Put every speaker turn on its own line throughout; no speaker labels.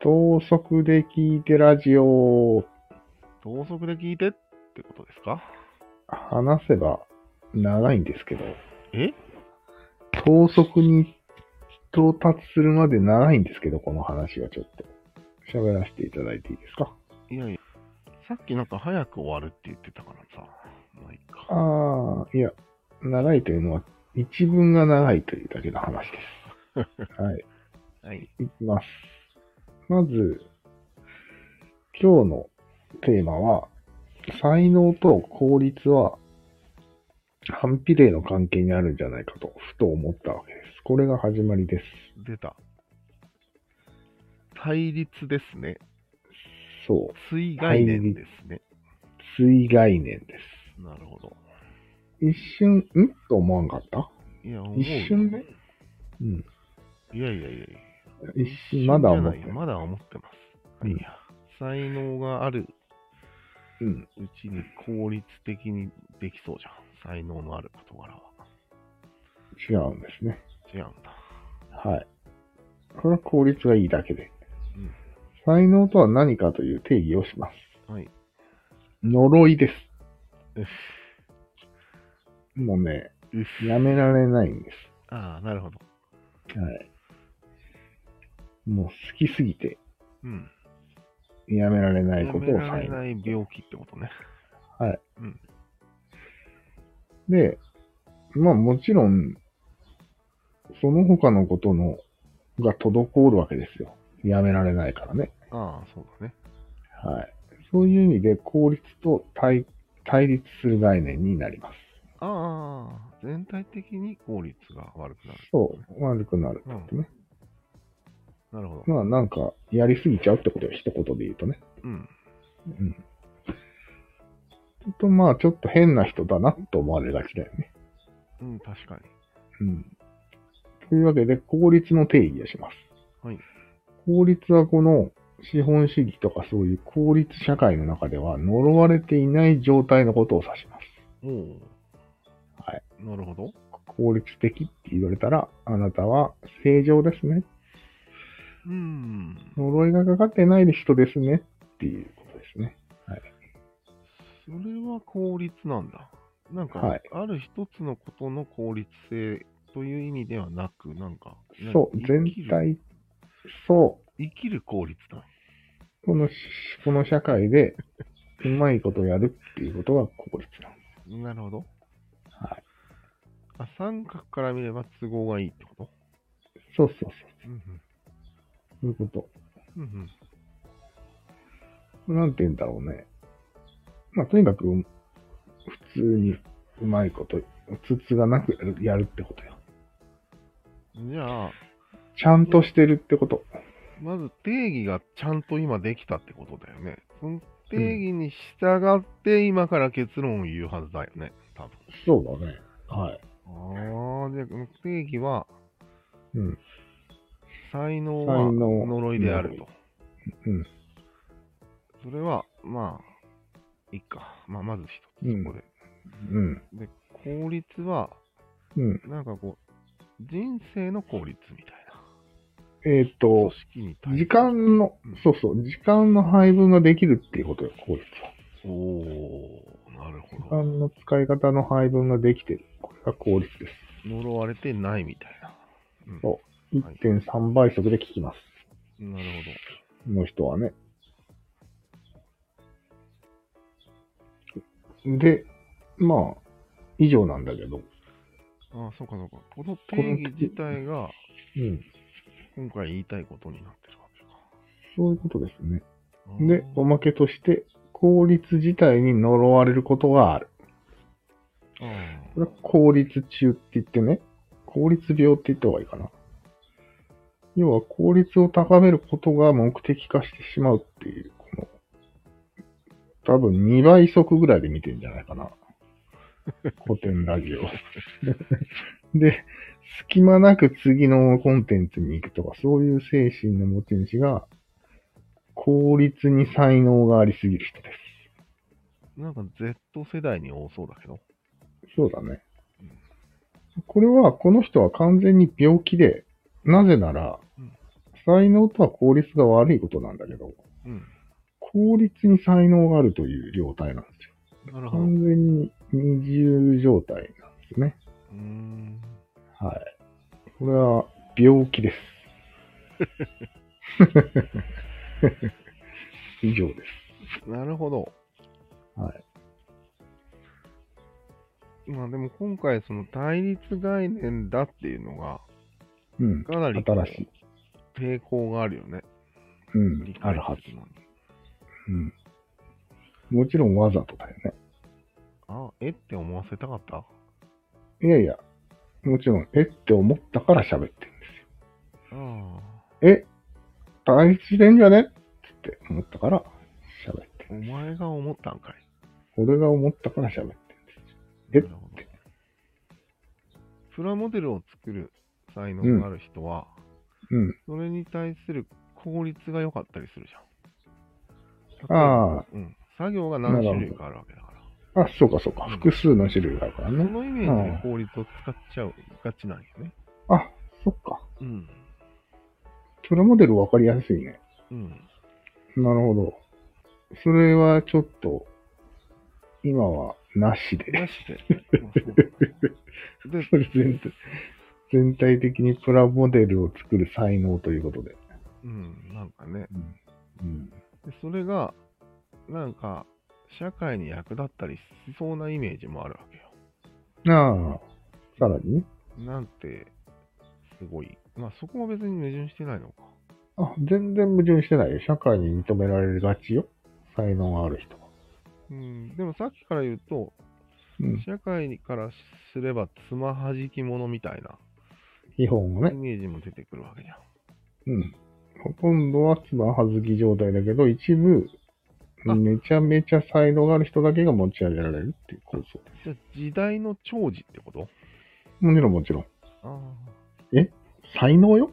等速で聞いてラジオ、
同速で聞いてってことですか
話せば長いんですけど、
え
等速に到達するまで長いんですけど、この話はちょっと。喋らせていただいていいですか
いやいや、さっきなんか早く終わるって言ってたからさ、まあいいか。
ああ、いや、長いというのは、一文が長いというだけの話です。はい。
はい。
いきます。まず、今日のテーマは、才能と効率は反比例の関係にあるんじゃないかと、ふと思ったわけです。これが始まりです。
出た。対立ですね。
そう。
追概念ですね。
追概念で
なるほど。
す。一瞬、んと思わんかった
いや、思うよ
一瞬ね。うん。
いやいやいやいや。
一瞬、まだ
じゃ
思っ
な
て
い
ない。
まだ思ってます。
うん
いや、才能がある
うん。
うちに効率的にできそうじゃん。才能のある事柄は。
違うんですね。
違うんだ。
はい。これは効率がいいだけで
うん。
才能とは何かという定義をします。
はい。
呪いです。
うっ
もうね、
うっ
やめられないんで
ああ、なるほど。
す。はい。もう好きすぎて、
うん。
やめられないことを
やめら
才
れ
能。
ない病気ってことね。
で、まあもちろん、その他のことの、が滞るわけですよ。やめられないからね。
ああ、そうだね。
はい。そういう意味で効率と対対立する概念になります。
ああ、全体的に効率が悪くなる。
そう、悪くなるってことね。
なるほど。
まあなんか、やりすぎちゃうってことよ、一言で言うとね。
うん。
うん。ちょっとまあ、ちょっと変な人だなと思われがちだよね。
うん、確かに。
うん。というわけで、効率の定義をします。
はい。
効率はこの資本主義とかそういう効率社会の中では呪われていない状態のことを指します。
おお。
はい。
なるほど。
効率的って言われたら、あなたは正常ですね。
うーん。
呪いがかかってない人ですね。っていうことですね。
それは効率なんだ。なんか、
はい
ある一つのことの効率性という意味ではなく、なんか、
そう、
なんか
全
生きる。
体、そう、
生きる効率だ。
このし、この社会で、うまいことやるっていうことが効率なんで
なるほど。
す。はい。
あ、三角から見れば都合がいいってこと
そうそうそう。
うん
そういうこ
うん。うん
と。なんて言うんだろうね。まあ、とにかく、普通にうまいこと、つつがなくやるやるってことよ。
うん。じゃあ、
ちゃんとしてるってこと。
まず定義がちゃんと今できたってことだよね。その定義に従って今から結論を言うはずだよね、多
そうだね。はい。
分。ああ、じゃあこの定義は
うん。
才能
才
は
能
呪いであると。
うん。
それは、まあ、いいか。まあ、まず一
うん
つ、ここで。
うん。
で、効率は、
うん。
なんかこう、人生の効率みたいな。
えっ、
組
と、
織に対して
時間の
うん、
そうそう、時間の配分ができるっていうことよ、効率は。
おおなる
時
ほど。
間の使い方の配分ができてる。これが効率です。
呪われてないみたいな。うん
そ1.3倍速で聞きます。
なるほど。
の人はね。で、まあ、以上なんだけど。
ああ、そうかそうか。この定義自体が
うん。
今回言いたいことになってるわけ
そういうことですね。
か。
で、おまけとして、効率自体に呪われることがある。
ああ
これは効率中って言ってね、効率病って言った方がいいかな。要は効率を高めることが目的化してしまうっていう、この、多分2倍速ぐらいで見てんじゃないかな。古典ラジオ。 で、隙間なく次のコンテンツに行くとか、そういう精神の持ち主が、効率に才能がありすぎる人で
なんか Z 世代に多そうだけど。
す。そうだね。これは、この人は完全に病気で、なぜなら
うん、
才能とは効率が悪いことなんだけど、
うん。
効率に才能があるという状態なんですよ。
なるほど。う
完全に二重状態なんですね。
ーん。
はい。これは病気です。 以上です。
なるほど。。
はい
まあでも今回その対立概念だっていうのが
うん。
かなり
新しい。
抵抗があるよね。
うん。あるはず。うん。もちろんわざとだよね。
あ、えって思わせたかった
いやいや、もちろん、えって思ったから喋って
ああ。
る。え対立してんじゃねって思ったから喋ってる。
お前が思ったんかい。
俺が思ったから喋ってる。え
なるほど。プラモデルを作る才能がある人は、
うん。
それに対する効率が良かったりするじゃ
あ
ん。
あ
あ。うん。作業が何種類かあるわけだから。
あ、そうかそうか。
うん
複数の種類があるから
そ
ね。
のイメージで効率を使っちゃうがちなんよね。
あ、そっか。
うん。
プラモデルわかりやすいね。
うん。
なるほど。それはちょっと、今はなしで。
なしで。まあ そうだね
それ全体全体的にプラモデルを作る才能ということで。
で、うん、なんかね。
うん。
でそれが、なんか、社会に役立ったりしそうなイメージもあるわけよ。
なあ、さらに
なんて、すごい。まあそこは別に矛盾してないのか。
あ、全然矛盾してないよ。社会に認められがちよ。才能がある人は。
うん、でもさっきから言うと、
うん。
社会からすればつまはじき者みたいな
基本は
イ
ね。
メージも出てくるわけじゃん。
うん。ほとんどはつまはずき状態だけど、一部、
あ
めちゃめちゃ才能がある人だけが持ち上げられるっていう構想で
じゃあ時代の寵児ってこと
す。もちろんもちろん。
あ
才能よ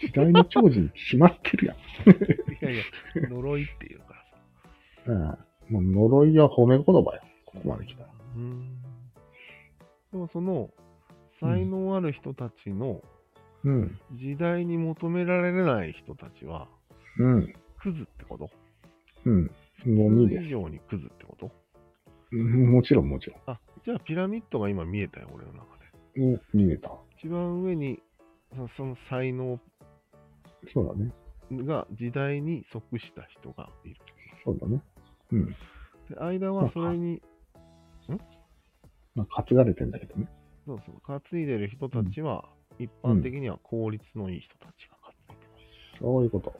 時代の寵児に決まってるやん。
あ。いやいや、呪いっていうからさ。
うん。も う呪いや褒め言葉よ。ここまで来たら。
うん。でもその、才能ある人たちの
うん。
時代に求められない人たちは、
うん。
クズってこと
うん。ゴミ
そ
で
れ以上にクズってこと
す。もちろんもちろ
あ、じゃあピラミッドが今見えたよ、俺の中で。
ん。お、見えた。
一番上に、そその才能
そうだね。
が時代に即した人がいる。
そうだね。うん。
で間はそれに、
まあ、担がれてんだけどね。
そうそう、担いでる人たちは、一般的には効率のいい人たちが担いでます。
そういうこと。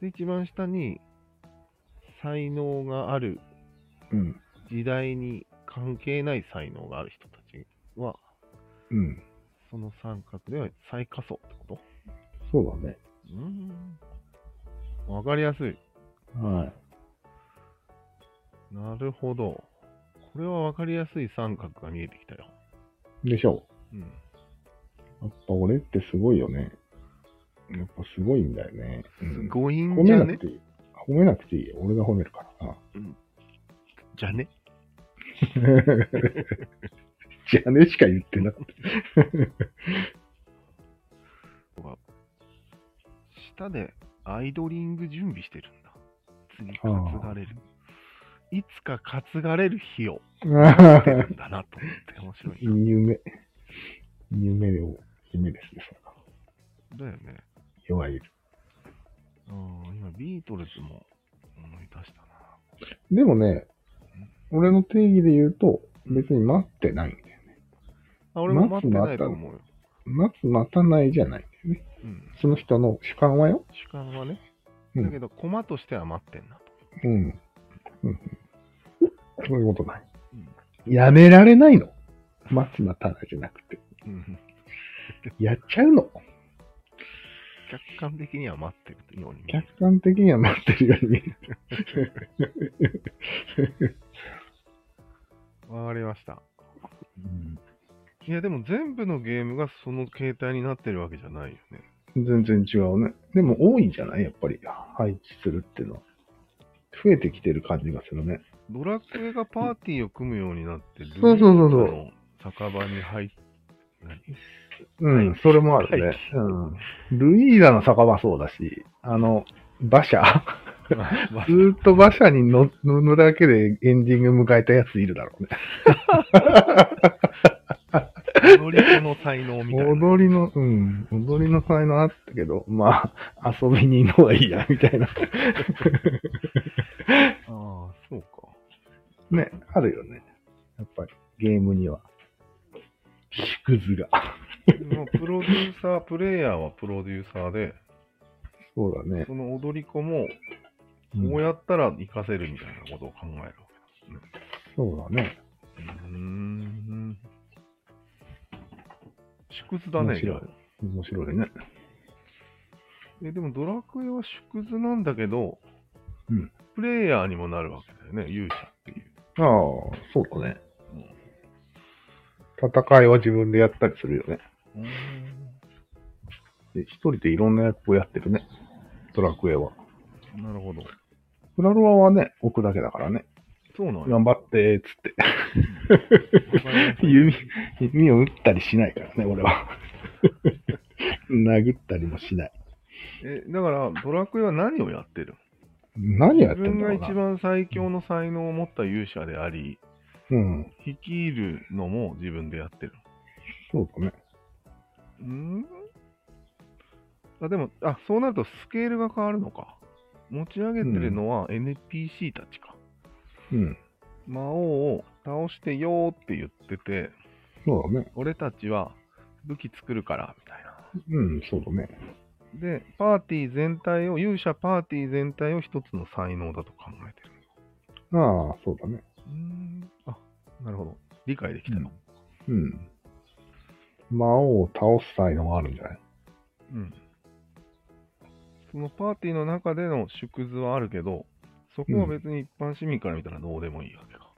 で、一番下に、才能がある
うん。
時代に関係ない才能がある人たちは、
うん。
その三角では最下層ってこと
そうだね。
うーん。わかりやすい。
はい。
なるほど。これはわかりやすい三角が見えてきたよ。
でしょ
うん。
う。やっぱ俺ってすごいよね。やっぱすごいんだよね。うん、
誤飲
褒
じ
め
ゃ
な
ね
くていい。褒めなくていいよ。俺が褒めるからな。
じゃね
じゃねしか言ってなかっ
下でアイドリング準備してるんだ。次、
あー
担がれる。いつか担がれる日を待って
た。
るんだなと思って面白いな。
夢。夢を、夢ですね。それは
だよね。
いわゆる。
うん、今ビートルズも思い出したな。
でもね、俺の定義で言うと、別に待ってないんだよね。
あ俺も待ってないと思うよ。
待つ、待たないじゃないんだよね。
うん。
その人の主観はよ。
主観はね。
うん
だけど、駒としては待ってんなと。
うん。うん。そういうことない。
うん
やめられないの。待つ、待たないじゃなくて。
うん。
やっちゃうの。
客観的には待ってるように見える。
客観的には待ってるように見える。
わかりました。
うん
いや、でも全部のゲームがその形態になってるわけじゃないよね。
全然違うね。でも多いんじゃないやっぱり配置するっていうのは。増えてきてる感じがするね。
ドラクエがパーティーを組むようになってる。
そうそうそうそう
あの酒場に入っ
うん、それもあるね。うん。ルイーダの坂はそうだし、あの、馬 車ずーっと馬車に乗乗るだけでエンディング迎えたやついるだろうね。
踊り子の才能みたいな。
踊りの、うん、踊りの才能あったけど、まあ、 遊びに行くのはいいや、みたいな。
ああ、そうか。
ね、あるよね。やっぱり、ゲームには。縮図が。
でもプロデューサー、プレイヤーはプロデューサーで、
そうだね。
その踊り子も、
うん
こうやったら活かせるみたいなことを考えるわ
そうだね。
けだ。うーん。縮図だね。
面白い。面白いね。
え、でもドラクエは縮図なんだけど、
うん
プレイヤーにもなるわけだよね、勇者っていう。
ああ、そうだね。戦いは自分でやったりするよね。で一人でいろんな役をやってるね。ドラクエは。
なるほど。
フラロアはね、置くだけだからね。
そうなんや。
頑張って、つって。
わかりまし た
弓、弓を打ったりしないからね、俺は。 殴ったりもしない。
え、だから、ドラクエは何をやってる
何や
自
ってん
分
だ
が
ろう
一
な。
番最強の才能を持った勇者であり、
うん。
率いるのも自分でやってる。
そうだね。
うんあ、でも、あ、そうなるとスケールが変わるのか。持ち上げてるのは NPC たちか。
うん。
魔王を倒してよーって言ってて、
そうだね。
俺たちは武器作るから、みたい
う
な。
ん、そうだね。
で、パーティー全体を、勇者パーティー全体を一つの才能だと考えてる。
ああ、そうだね。
うーん。あ、なるほど。理解できたよ。
うん。魔王を倒す才能があるんじゃない
うん。そのパーティーの中での縮図はあるけど、そこは別に一般市民から見たらどうでもいいわけか。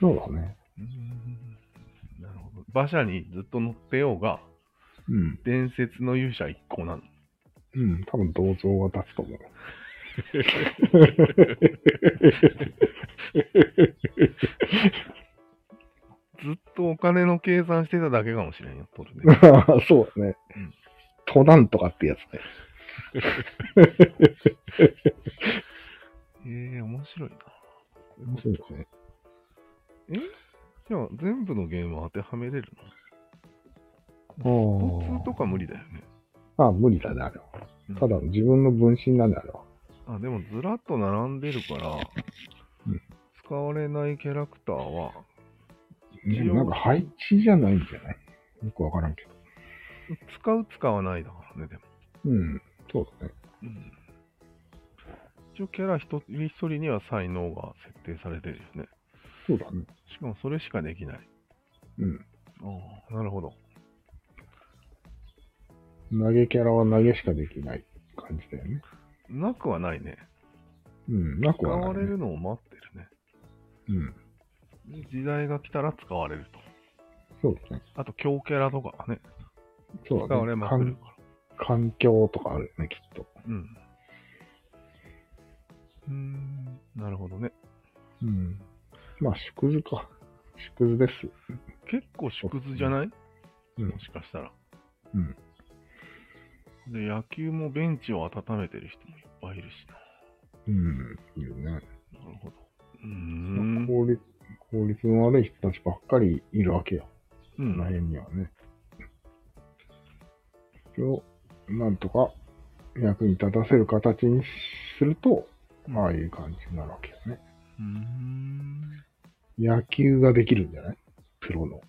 そうだね。
うーん。なるほど。馬車にずっと乗ってようが、
うん。
伝説の勇者一行なの。
うん、多分銅像が立つと思う。
ずっとお金の計算してただけかもしれんよ、トル ネ。
そうだね
うん。
トダンとかってやつね。
えー、面白いな。
そうですね。
じゃあ、全部のゲームを当てはめれるの普通と
あ
か無理だよね。
ああ、無理だね、あれは
うん。
ただの自分の分身なんだよ。
あ、でもずらっと並んでるから
うん、
使われないキャラクターは、
でもなんか配置じゃないんじゃないよくわからんけど。
使う使わないだからね、でも。
うん、そうだね。
うん一応キャラ一人一人には才能が設定されてるよね。
そうだね。
しかもそれしかできない。
う
ああ、なるほど。
ん。投げキャラは投げしかできない感じだよね。
なくはないね。
うん、なく
使
は
わ
ない、
れ
ね。
るのを待ってる
うん、
ね。時代が来たら使われる
そ
と。
うだね。
あと、強キャラとかがね、
そ
使
うだ
わ
ね。
れまく
環
るか
環境とかあるよね、きっと。
ら。うん。うーん、なるほどね。
うん。まあ、縮図か。縮図です。
結構縮図じゃない、
うん
もしかしたら。
うん。
で、野球もベンチを温めてる人もいっぱいいるし
うん、いいよね。
な。なるほど。うーん。
効率、効率の悪い人たちばっかりいるわけよ。
う
この
ん、
辺にはね。それを、なんとか役に立たせる形にすると、ああいう感じになるわけよね。
うーん
野球ができるんじゃないプロの。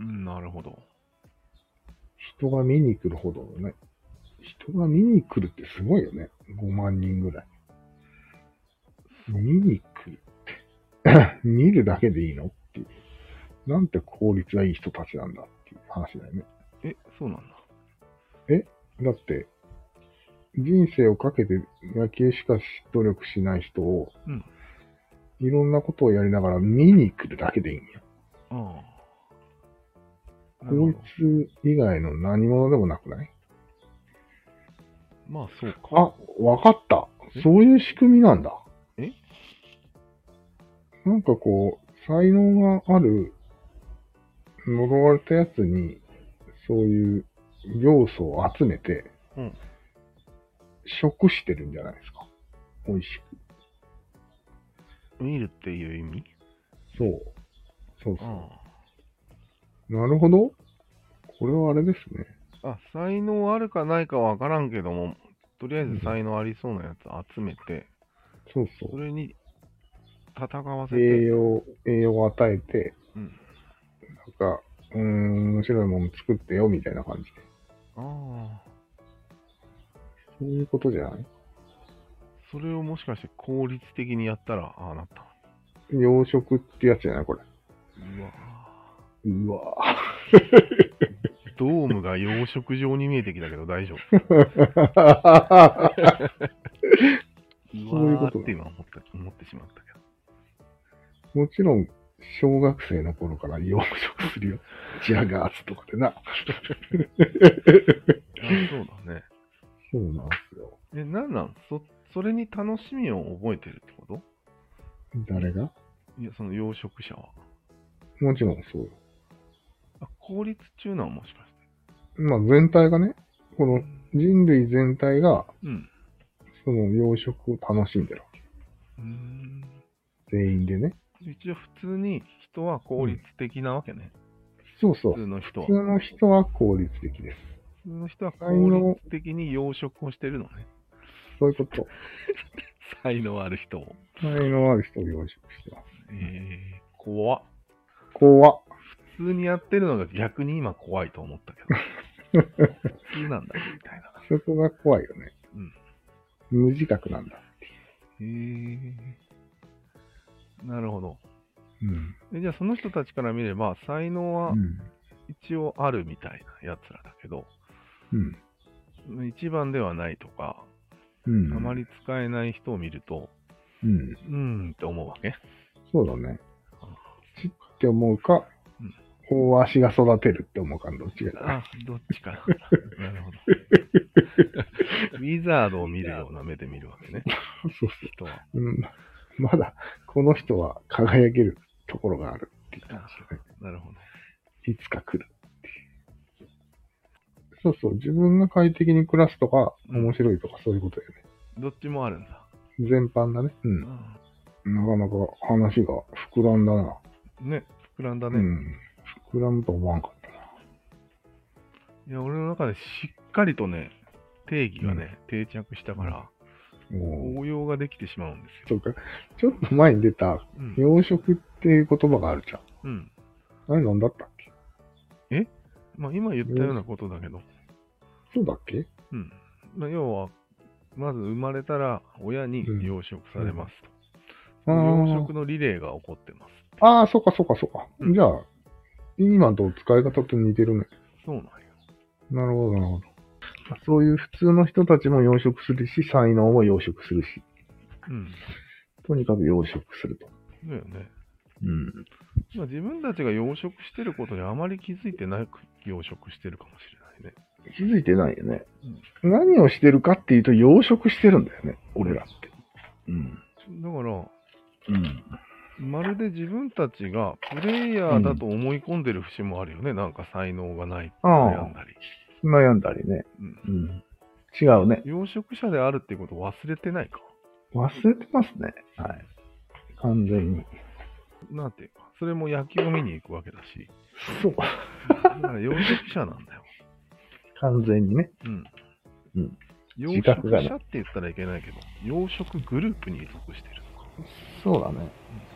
うん。なるほど。
人が見に来るほどのね。人が見に来るってすごいよね。5万人ぐらい。見に来るって。 見るだけでいいのっていう。なんて効率がいい人たちなんだっていう話だよね。
え、そうなんだ。
だって、人生をかけて野球しかし努力しない人を、
うん
いろんなことをやりながら見に来るだけでいいんよ。
ああ。なる
効
ほ
率
ど。
以外の何者でもなくない
まあ、そうか。
あ、わかった
え。
そういう仕組みなんだ。
え
なんかこう、才能がある、呪われたやつに、そういう要素を集めて、
うん
食してるんじゃないですか。美味しく。
見るっていう意味
そう。そうそう。
あ
なるほど。これはあれですね。
ああ才能あるかないかわからんけども、とりあえず才能ありそうなやつ集めて、
そうそ。
そうれに戦わせて、
栄養、栄養を与えて、
うん、
なんか、うーん、面白いもの作ってよ、みたいな感じで。
ああ、
そういうことじゃない
それをもしかして効率的にやったら、ああなった。
養殖ってやつじゃないこれ。
うわ
うわ
ドームが養殖場に見えてきたけど大丈夫。
ぁ。 そういうことだ
わーって今思った思ってしまったけど。
もちろん、小学生の頃から養殖するよ。ジャガーズとかでな。
あそうだね。
そうなんですよ。
え、なんなんそそれに楽しみを覚えてるってこ
誰が
といや、その養殖者は。
もちろんそうよ。
あ効率中なのもしかして。
まあ全体がね、この人類全体が、
うん。
その養殖を楽しんでるわ
うーん。
け。全員でね。
一応普通に人は効率的なわけね。
そうそう
普。通の人は。
普通の人は効率的です。
普通の人は
才能
効率的に養殖をしてるのね。
そういうこと。
才能ある人を。
才能ある人を養殖してます。
えー、怖っ。
怖っ。
普通にやってるのが逆に今怖いと思ったけ ど。普通なんだ、みたいな。
そこが怖いよね。
うん。
無自覚なんだ。
へえ。なるほど。
うん。
えじゃあその人たちから見れば、才能は
うん。
一応あるみたいなやつらだけど、
うん。
一番ではないとか、
うん。
あま。り使えない人を見ると、
うん。
うーんって思うわけ。
そうだね。ちって思うか
うん、
大足が育てるって思うか、どっちがだ。
あ、どっちか。 なるほど。ウィザードを見るような目で見るわけね。
そうそう。
人は。
うん。まだ、この人は輝けるところがあるっていう感じだね。
なるほど。
いつか来るっていう。そうそう。自分が快適に暮らすとか、
うん
面白いとか、そういうことだよね。
どっちもあるんだ。
全般だね。う。
うんん
なかなか話が膨らんだな。
ね、膨らんだ
う
ね。
ん。膨らむと思わんかったな。
いや、俺の中でしっかりとね、定義がね、定着したから、
おー
応用ができてしまうんです
そ
よ。
うか。ちょっと前に出た、
うん。
養殖っていう言葉があるじゃん。
うん。
あれ何だったっけ
まあ、今言ったようなことだけど、
そうだっけ
うん。まあ、要は、まず生まれたら親に
うん
養殖されますと。
あ
養
ー
殖のリレーが起こってます。
あー、そうかそうかそうか。
うん
じゃあ、今と使い方と似てるね。
そうなんよ。
なるほど、なるほど。そういう普通の人たちも養殖するし、才能も養殖するし、
うん。
とにかく養殖すると。
だよね。
うん。
まあ、自分たちが養殖してることにあまり気づいてなく養殖してるかもしれないね。
気づいてないよね。何をしてるかっていうと、養殖してるんだよね、俺らって。うん。
だから、
うん。
まるで自分たちがプレイヤーだと思い込んでる節もあるよね。なんか才能がない
あ
悩
あ
ん、だり。
悩んだりね。
うん
うん。違うね。
養殖者であるってことを忘れてないか。
忘れてますね。はい。完全に。
なんていうか。それも野球を見に行くわけだし。
そう。
だから養殖者なんだよ。
完全にね。
うん。
うん
養
自覚
殖
がね
者って言ったらいけないけど、養殖グループに属してるとか。
そうだね。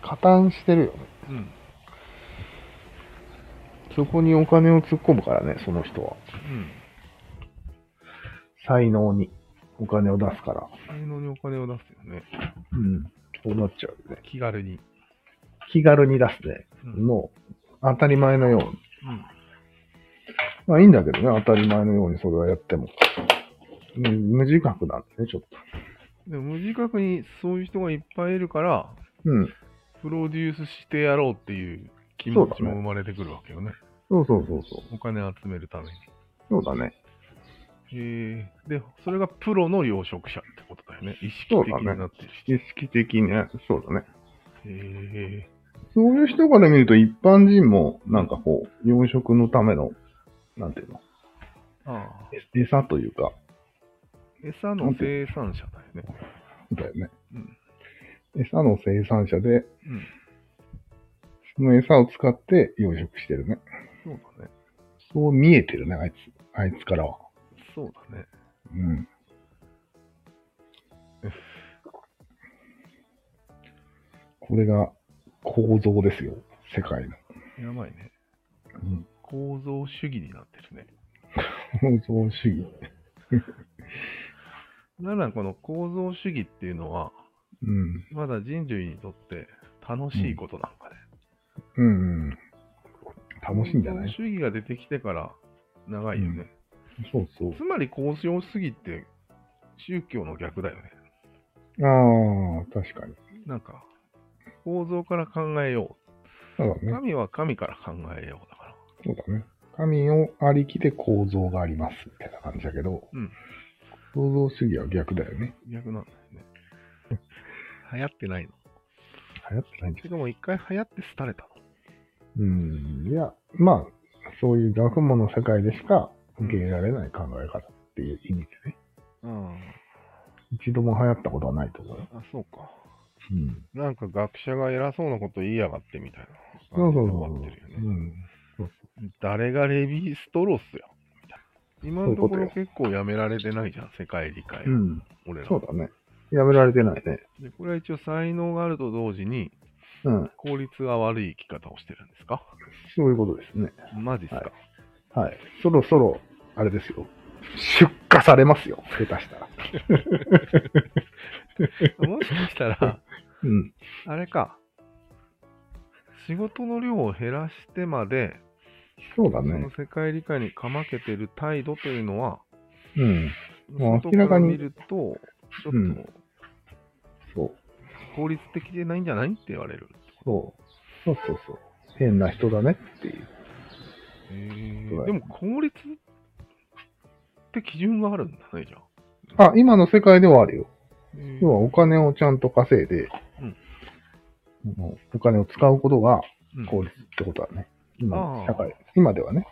加担してるよね。
うん。
そこにお金を突っ込むからね、その人は。
うん。
才能にお金を出すから。
才能にお金を出すよね。
うん。そうなっちゃうよね。
気軽に。
気軽に出すね。
うん。
もう、当たり前のように。
うん
まあいいんだけどね、当たり前のようにそれはやっても。うん無自覚なんですね、ちょっと。
でも無自覚にそういう人がいっぱいいるから、
うん。
プロデュースしてやろうっていう気持ち
そうだ
も
ね
生まれてくるわけよね。
そうそうそうそう。
お金集めるために。
そうだね。
へえで、それがプロの養殖者ってことだよね。意識
そう
的
だね
になってる
意識的にね、そうだね。
人。へえ
そういう人から見ると一般人も、なんかこう、養殖のための、なんていうの、
ああ。
餌というか、
餌の生産者だよね。
だよね。餌の生産者で、
うん。
その餌を使って養殖してるね。
そうだね。
そう見えてるね、あいつ。あいつからは。
そうだね。
うん。これが構造ですよ、世界の。
やばいね。
うん
構造主義になってるね。
構造主義。
なんならこの構造主義っていうのは、
うん。
まだ人類にとって楽しいことなんかね。
うん、うん。楽しいんじゃな
構
い
造主義が出てきてから長いよね。
そうそう。
つまり構造主義って宗教の逆だよね。
ああ、確かに。
なんか、構造から考えよ
そう
う。
だね。
神は神から考えようだから。
そうだね。神をありきで構造があります、みたいな感じだけど、
うん
構造主義は逆だよね。
逆なんだよ ね。流行ってないの。
流行ってないんじゃ
てかもう一回流行って廃れたの。
うん、いや、まあ、そういう学問の世界でしか受け入れられない考え方っていう意味でね、
うん。
一度も流行ったことはないと思うよ。
あ、そうか。
うん。
なんか学者が偉そうなこと言いやがってみたいな。
そうそうそう。
終わってるよね。
うん。
誰がレヴィ・ストロースよ。みたいな今のとこ
そういう
ろ
こと
結構やめられてないじゃん、世界理解。
うん。
俺ら。
そうだね。やめられてないね。
で、これは一応才能があると同時に、
うん。
効率が悪い生き方をしてるんですか
そういうことですね。
マジっすか、
ははい。そろそろ、あれですよ。出荷されますよ。下手したら。
もしかしたら、
うん。
あれか。仕事の量を減らしてまで、
そうだ
その
ね。
世界理解にかまけてる態度というのは、
うん。もう
外
明ら
か
からに
見ると、ちょっと、
うんそう。
効率的でないんじゃないって言われる。
そう。そうそうそう。変な人だねっていう。
でも効率って基準があるんだね、じゃあ。
あ、今の世界ではあるよ。
え
要はお金をちゃんと稼いで、
うん
あのお金を使うことが
うん
効率ってことだね。今
あ
の
ー
社会、今ではね。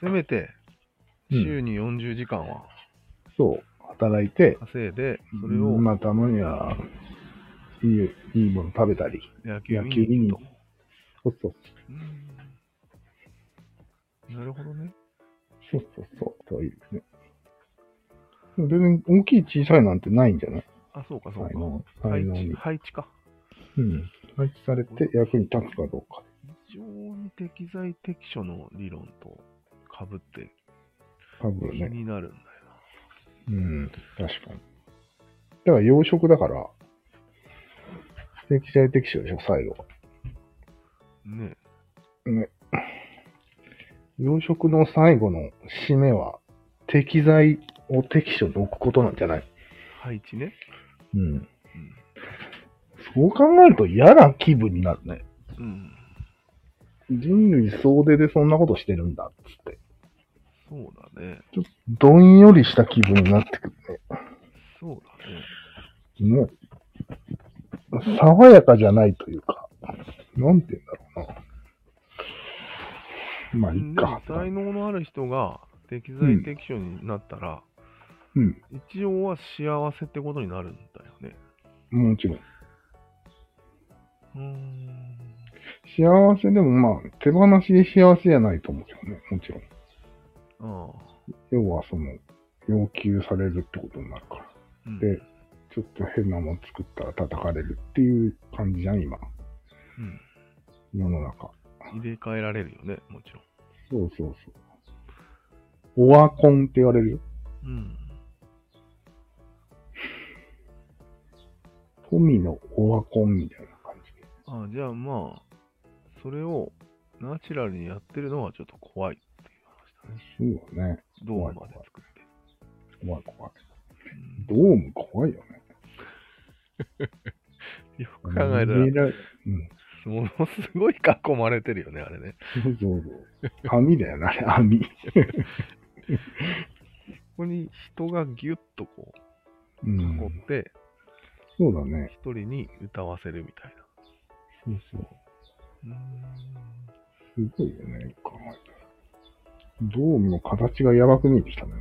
せめて
うん
週に40時間は
そう、働いて、
稼いで、それを
まあたまには、いい、いいもの食べたり。
野球
野
に
球見に
行く
そ
と。
うそう。
うんなるほどね。
そうそうそう。そういうね。全然大きい小さいなんてないんじゃない
あ、そうか、そう
才
か。
能。才
配
能に
置、。配置か。
うん。配置されて役に立つかどうか。
非常に適材適所の理論と被って
多
気
分ね。
になるんだよ
うん、確かに。だから養殖だから、適材適所でしょ、最後は。
な。ね
養殖の最後の締めは、適材を適所に置くことなんじゃない
配置ね。
うん。そう考えると嫌な気分になるね。
うん。
人類総出でそんなことしてるんだ、つって。
そうだね。
どんよりした気分になってくる
そうだね。
ね。もう、爽やかじゃないというか、なんて言うんだろうな。まあ、い
で
っ
も
か。
才能のある人が適材適所になったら、
うん。
一応は幸せってことになるんだよね。
もちろん。
うーん。
幸せでもまあ、手放しで幸せじゃないと思うけどね、もちろん。
ああ。
要はその、要求されるってことになるから。
うん
で、ちょっと変なもん作ったら叩かれるっていう感じじゃん、今。
うん
世の中。
入れ替えられるよね、もちろ
そうそうそう。オワコンって言われるよ。
ん。うん。
富のオワコンみたいな感じで。
ああ、じゃあまあ、それをナチュラルにやってるのはちょっと怖いっていう話だね。
そうだね。
ドームまで作って。
怖い怖い。
うん
ドーム怖いよね。
よく考えたら
逃げ、られうん。
ものすごい囲まれてるよね、あれね。
そうそうそう。網だよね、あれ、網。
ここに人がギュッとこ
う
う囲
ん。
って、
そうだね。
一人に歌わせるみたい
そうそう。
な。
すごいよね、よく考えたら。ドームの形がやばく見えてきたね。